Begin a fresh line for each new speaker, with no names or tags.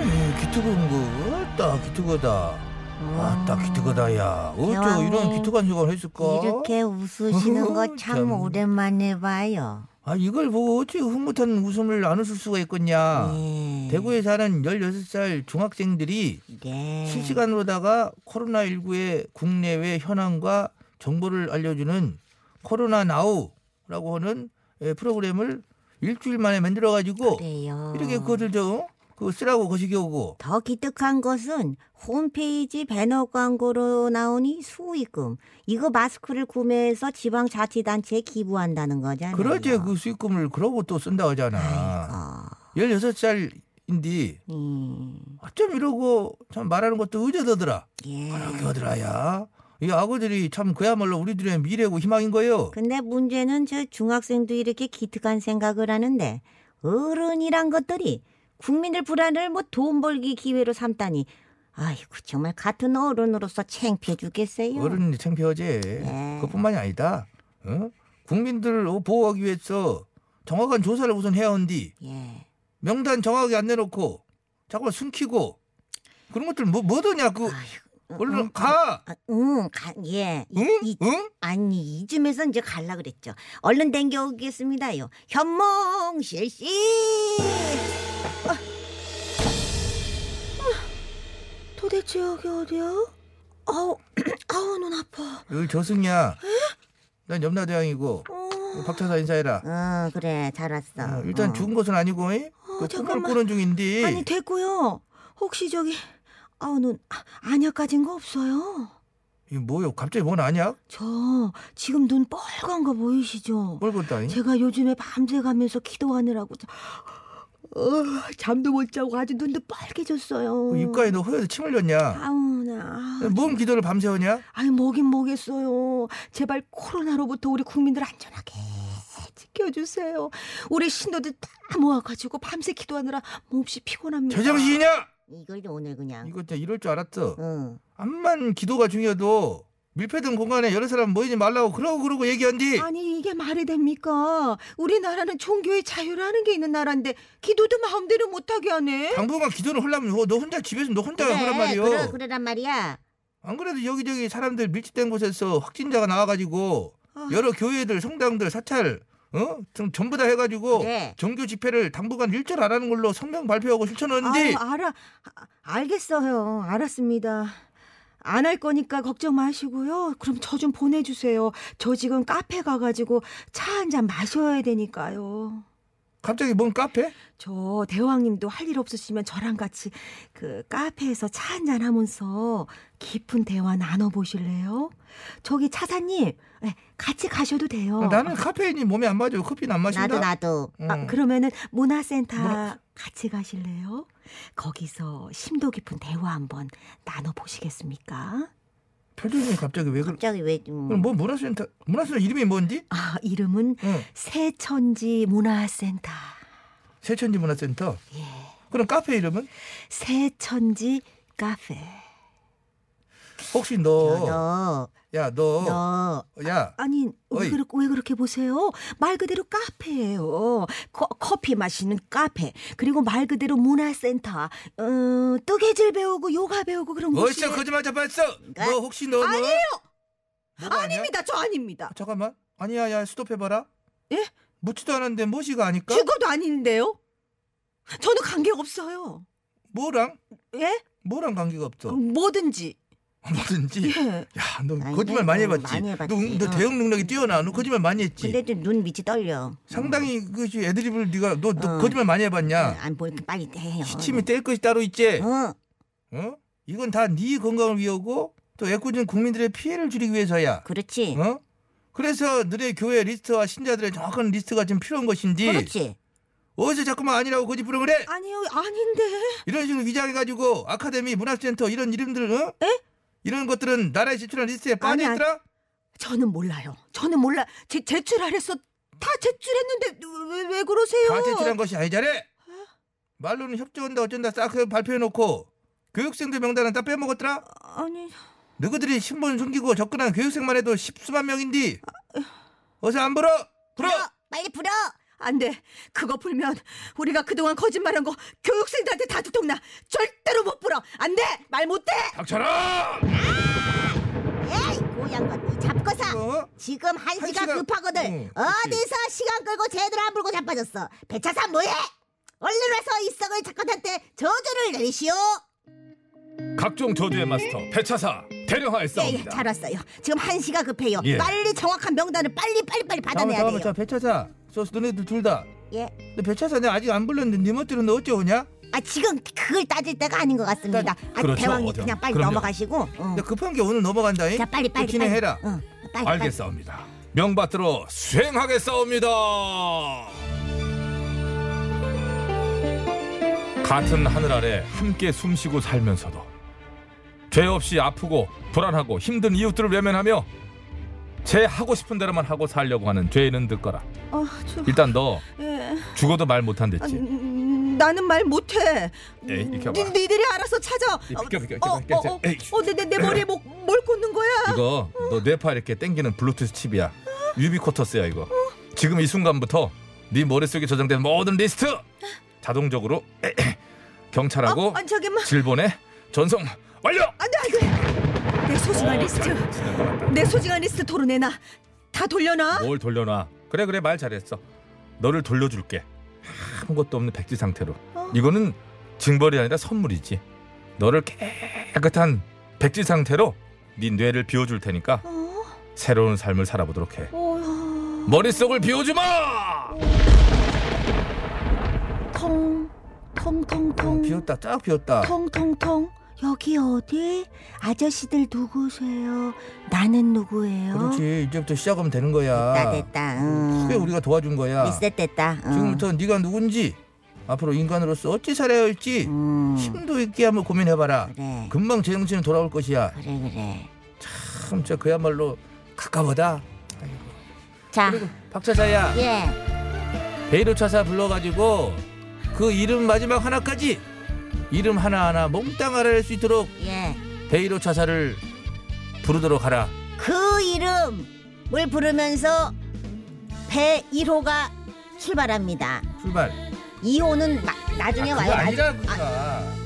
아니 음, 기특한 거딱 기특하다 아딱 기특하다야 어쩌
대왕님,
이런 기특한 생각을 했을까
이렇게 웃으시는
어,
거 참
참.
오랜만에 봐요.
아 이걸 보고 어찌 흐뭇한 웃음을 안 웃을 수가 있겠냐
네.
아, 대구에 사는 16살 중학생들이
네.
실시간으로다가 코로나19의 국내외 현황과 정보를 알려주는 코로나 나우라고 하는 예, 프로그램을 일주일 만에 만들어가지고
그래요.
이렇게 그거를 좀그 쓰라고 거시기 오고
더 기특한 것은 홈페이지 배너 광고로 나오니 수익금 이거 마스크를 구매해서 지방자치단체에 기부한다는 거잖아요.
그러지 그 수익금을 그러고 또 쓴다 하잖아
아,
16살인데
음,
어쩜 이러고 참 말하는 것도 의젓하더라
예.
그러게 하더라야 이 아구들이 참 그야말로 우리들의 미래고 희망인 거예요
근데 문제는 저 중학생도 이렇게 기특한 생각을 하는데 어른이란 것들이 국민들 불안을 뭐 돈 벌기 기회로 삼다니 아이고 정말 같은 어른으로서 창피해 죽겠어요.
어른이 창피하지
네.
그것뿐만이 아니다 어? 국민들을 보호하기 위해서 정확한 조사를 우선 해야 한디
예.
명단 정확하게 안 내놓고 자꾸 숨기고 그런 것들 뭐 뭐더냐 그
아이고.
얼른 가
아, 응, 가, 예. 이-
응?
이-
응?
아니 이쯤에서 이제 갈라 그랬죠. 얼른 댕겨 오겠습니다요. 현몽실 씨. 어.
어. 도대체 여기 어디야? 아우, 아우 눈 아파.
여기 저승이야 난 염라대왕이고
어.
박차사 인사해라
어 그래 잘 왔어.
어, 일단
어.
죽은 것은 아니고 이? 그 꿈을
어, 잠깐만.
꾸는 중인데
아니 됐고요. 혹시 저기 아우 눈 아, 안약 가진 거 없어요?
이거 뭐요 갑자기 뭔 아냐?
저 지금 눈 뻘간 거 보이시죠?
뭘 본다 그 이?
제가 요즘에 밤새 가면서 기도하느라고 자- 어, 잠도 못 자고 아주 눈도 빨개졌어요.
그 입가에 너 허여서 침 흘렸냐?
아우 나. 아우,
뭔 기도를 밤새 하냐?
아니 뭐긴 뭐겠어요. 제발 코로나로부터 우리 국민들 안전하게 지켜주세요. 우리 신도들 다 모아가지고 밤새 기도하느라 몹시 피곤합니다.
제정신이냐?
이걸 오늘
아.
그냥.
이거 진짜 이럴 줄 알았어
응.
암만 기도가 중요해도 밀폐된 공간에 여러 사람 모이지 말라고 그러고 그러고 얘기한디
아니 이게 말이 됩니까? 우리나라는 종교의 자유라는 게 있는 나라인데 기도도 마음대로 못하게 하네.
당분간 기도를 하려면 너- 너 혼자 집에서 너 혼자 하란 말이요 아,
그래, 그래란 말이야.
안 그래도 여기저기 사람들 밀집된 곳에서 확진자가 나와가지고
아.
여러 교회들 성당들 사찰 어? 등 전부 다 해가지고
네.
종교 집회를 당분간 일절 안 하는 걸로 성명 발표하고 실천하는데
아유, 알아 아, 알겠어요. 알았습니다. 안 할 거니까 걱정 마시고요. 그럼 저 좀 보내주세요. 저 지금 카페 가가지고 차 한 잔 마셔야 되니까요.
갑자기 뭔 카페?
저 대왕님도 할 일 없으시면 저랑 같이 그 카페에서 차 한 잔 하면서 깊은 대화 나눠 보실래요? 저기 차사님 네, 같이 가셔도 돼요.
어, 나는 카페인이 몸에 안 맞아 커피는 안 마신다 어.
나도 나도.
응.
어. 아, 그러면은 문화센터
음. 문화-
같이 가실래요? 거기서 심도 깊은 대화 한번 나눠 보시겠습니까?
표정이 갑자기 왜
어.
그래
갑자기 왜 음.
그럼 뭐 문화센터 문화센터 이름이 어. 뭔디?
아, 이름은
응.
새천지 문화센터.
세천지 문화센터
예.
그럼 카페 이름은?
새천지 카페.
혹시
너, 너,
너야너야
너.
어, 아니, 왜,
어. 어이.
그렇, 왜 그렇게 보세요? 말 그대로 카페예요. 커, 커피 마시는 카페. 그리고 말 그대로 문화센터. 어, 뜨개질 배우고 요가 배우고 그런 곳이
어이씨 거짓말 잡았어
그러니까-
너 혹시 너 너?
아니에요.
뭐가 아니야?
아닙니다. 저 아닙니다.
잠깐만. 아니야, 야, 스톱해봐라.
예?
묻지도 않았는데 뭐시가 아닐까?
죽어도 아닌데요? 저는 관계 없어요.
뭐랑?
예?
뭐랑 관계가 없어.
뭐든지.
뭐든지.
예.
야, 너
음. 아니,
거짓말
너
많이 해봤지?
많이 해봤지.
너, 응, 너
어.
대응 능력이 뛰어나. 너 거짓말 많이 했지?
근데도 눈 밑이 떨려.
상당히 그 애드립을 네가 너, 너
어.
거짓말 많이
어,
해봤냐?
안 보니까 빨리 해요.
아. 시침이 뗄 것이 따로 있지?
어.
어? 이건 다 네 건강을 위하고 또 애꿎은 국민들의 피해를 줄이기 위해서야.
그렇지.
어? 그래서 너네 교회 리스트와 신자들의 정확한 리스트가 지금 필요한 것인지
그렇지.
어디서 자꾸만 아니라고 거짓부려 그래
아니요, 아닌데.
이런 식으로 위장해가지고 아카데미 문화센터 이런 이름들 어? 이런 것들은 나라에 제출한 리스트에
아니, 아니.
빠져있더라
저는 몰라요. 저는 몰라. 제, 제출하래서 다 제출했는데 왜, 왜 그러세요?
다 제출한 것이 아니잖아 말로는 협조한다 어쩐다 싹 발표해놓고 교육생들 명단은 다 빼먹었더라
아니,
너희들이 신분 숨기고 접근한 교육생만 해도 십수만 명인디 어서 안 불어 불어
불어! 빨리 불어!
안 돼. 그거 풀면 우리가 그동안 거짓말한 거 교육생들한테 다 들통나. 절대로 못 불어. 안 돼. 말 못 해.
닥쳐라
에이 고양것들 잡거사.
어?
지금 한
한
시간,
시간-
급하거든.
어, 그치.
어디서 시간 끌고 제대로 안 불고 자빠졌어. 배차사 뭐해? 얼른 와서 이성을 작가한테 저주를 내리시오.
각종 저주의 마스터 배차사
예, 예,
대령하였사옵니다.
잘 왔어요. 지금 한 시간 급해요.
예.
빨리 정확한 명단을 빨리 빨리 빨리 받아내야
잠깐만
돼요.
잠깐만 배차사 소스 너네들 둘다
예.
근데 배차사 내가 아직 안 불렀는데 니 멋대로 너 어째 오냐?
아 지금 그걸 따질 때가 아닌 것 같습니다. 아,
그렇죠,
대왕님
어디요?
그냥 빨리
그럼요.
넘어가시고. 어.
나 급한 게 오늘 넘어간다잉
자 빨리 빨리
그 진행해라
빨리. 응, 빨리, 빨리.
알겠사옵니다. 명받들어 수행하겠사옵니다. 같은 하늘 아래 함께 숨쉬고 살면서도 죄 없이 아프고 불안하고 힘든 이웃들을 외면하며 제 하고 싶은 대로만 하고 살려고 하는 죄인은 듣거라.
아, 저
일단 너
예.
죽어도 말 못한
아,
댔지.
음, 나는 말 못 해.
예, 에이, 이렇게
니,
와봐.
니들이 알아서 찾아.
이 비켜, 비켜,
어,
비켜, 비켜.
어, 어,
에이.
어, 내, 내, 내 머리에 뭐, 뭘 꽂는 거야?
이거 너 뇌파 이렇게 땡기는 블루투스 칩이야. 유비쿼터스야 이거. 지금 이 순간부터 네 머릿속에 저장된 모든 리스트 자동적으로 경찰하고
아니, 저기만.
질본에 전송 완료.
안 돼, 안 돼. 내
어,
소중한 리스트. 내 소중한 리스트 토론해놔. 다 돌려놔.
뭘 돌려놔? 그래 그래 말 잘했어. 너를 돌려줄게. 아무것도 없는 백지 상태로.
어?
이거는 징벌이 아니라 선물이지. 너를 깨끗한 백지 상태로 네 뇌를 비워줄 테니까
어?
새로운 삶을 살아보도록 해.
어...
머릿속을 비워주마.
통, 통, 통,
어,
통.
비었다 쫙 비었다
통통통 여기 어디? 아저씨들 누구세요? 나는 누구예요?
그렇지 이제부터 시작하면 되는 거야
됐다 됐다. 응.
아, 그게 우리가 도와준 거야
리셋됐다. 응.
지금부터 네가 누군지 앞으로 인간으로서 어찌 살아야 할지
음.
심도 있게 한번 고민해봐라
그래.
금방 제정신이 돌아올 것이야
그래 그래.
참 진짜 그야말로 가까워다
자
그리고 박차사야
예.
베이로 차사 불러가지고 그 이름 마지막 하나까지 이름 하나하나 몽땅 알아낼 수 있도록
예.
베이로 차사를 부르도록 하라
그 이름을 부르면서 배 1호가 출발합니다.
출발
2호는 마- 나중에
아,
와요.
그거
나중-
아니라
아,
그니까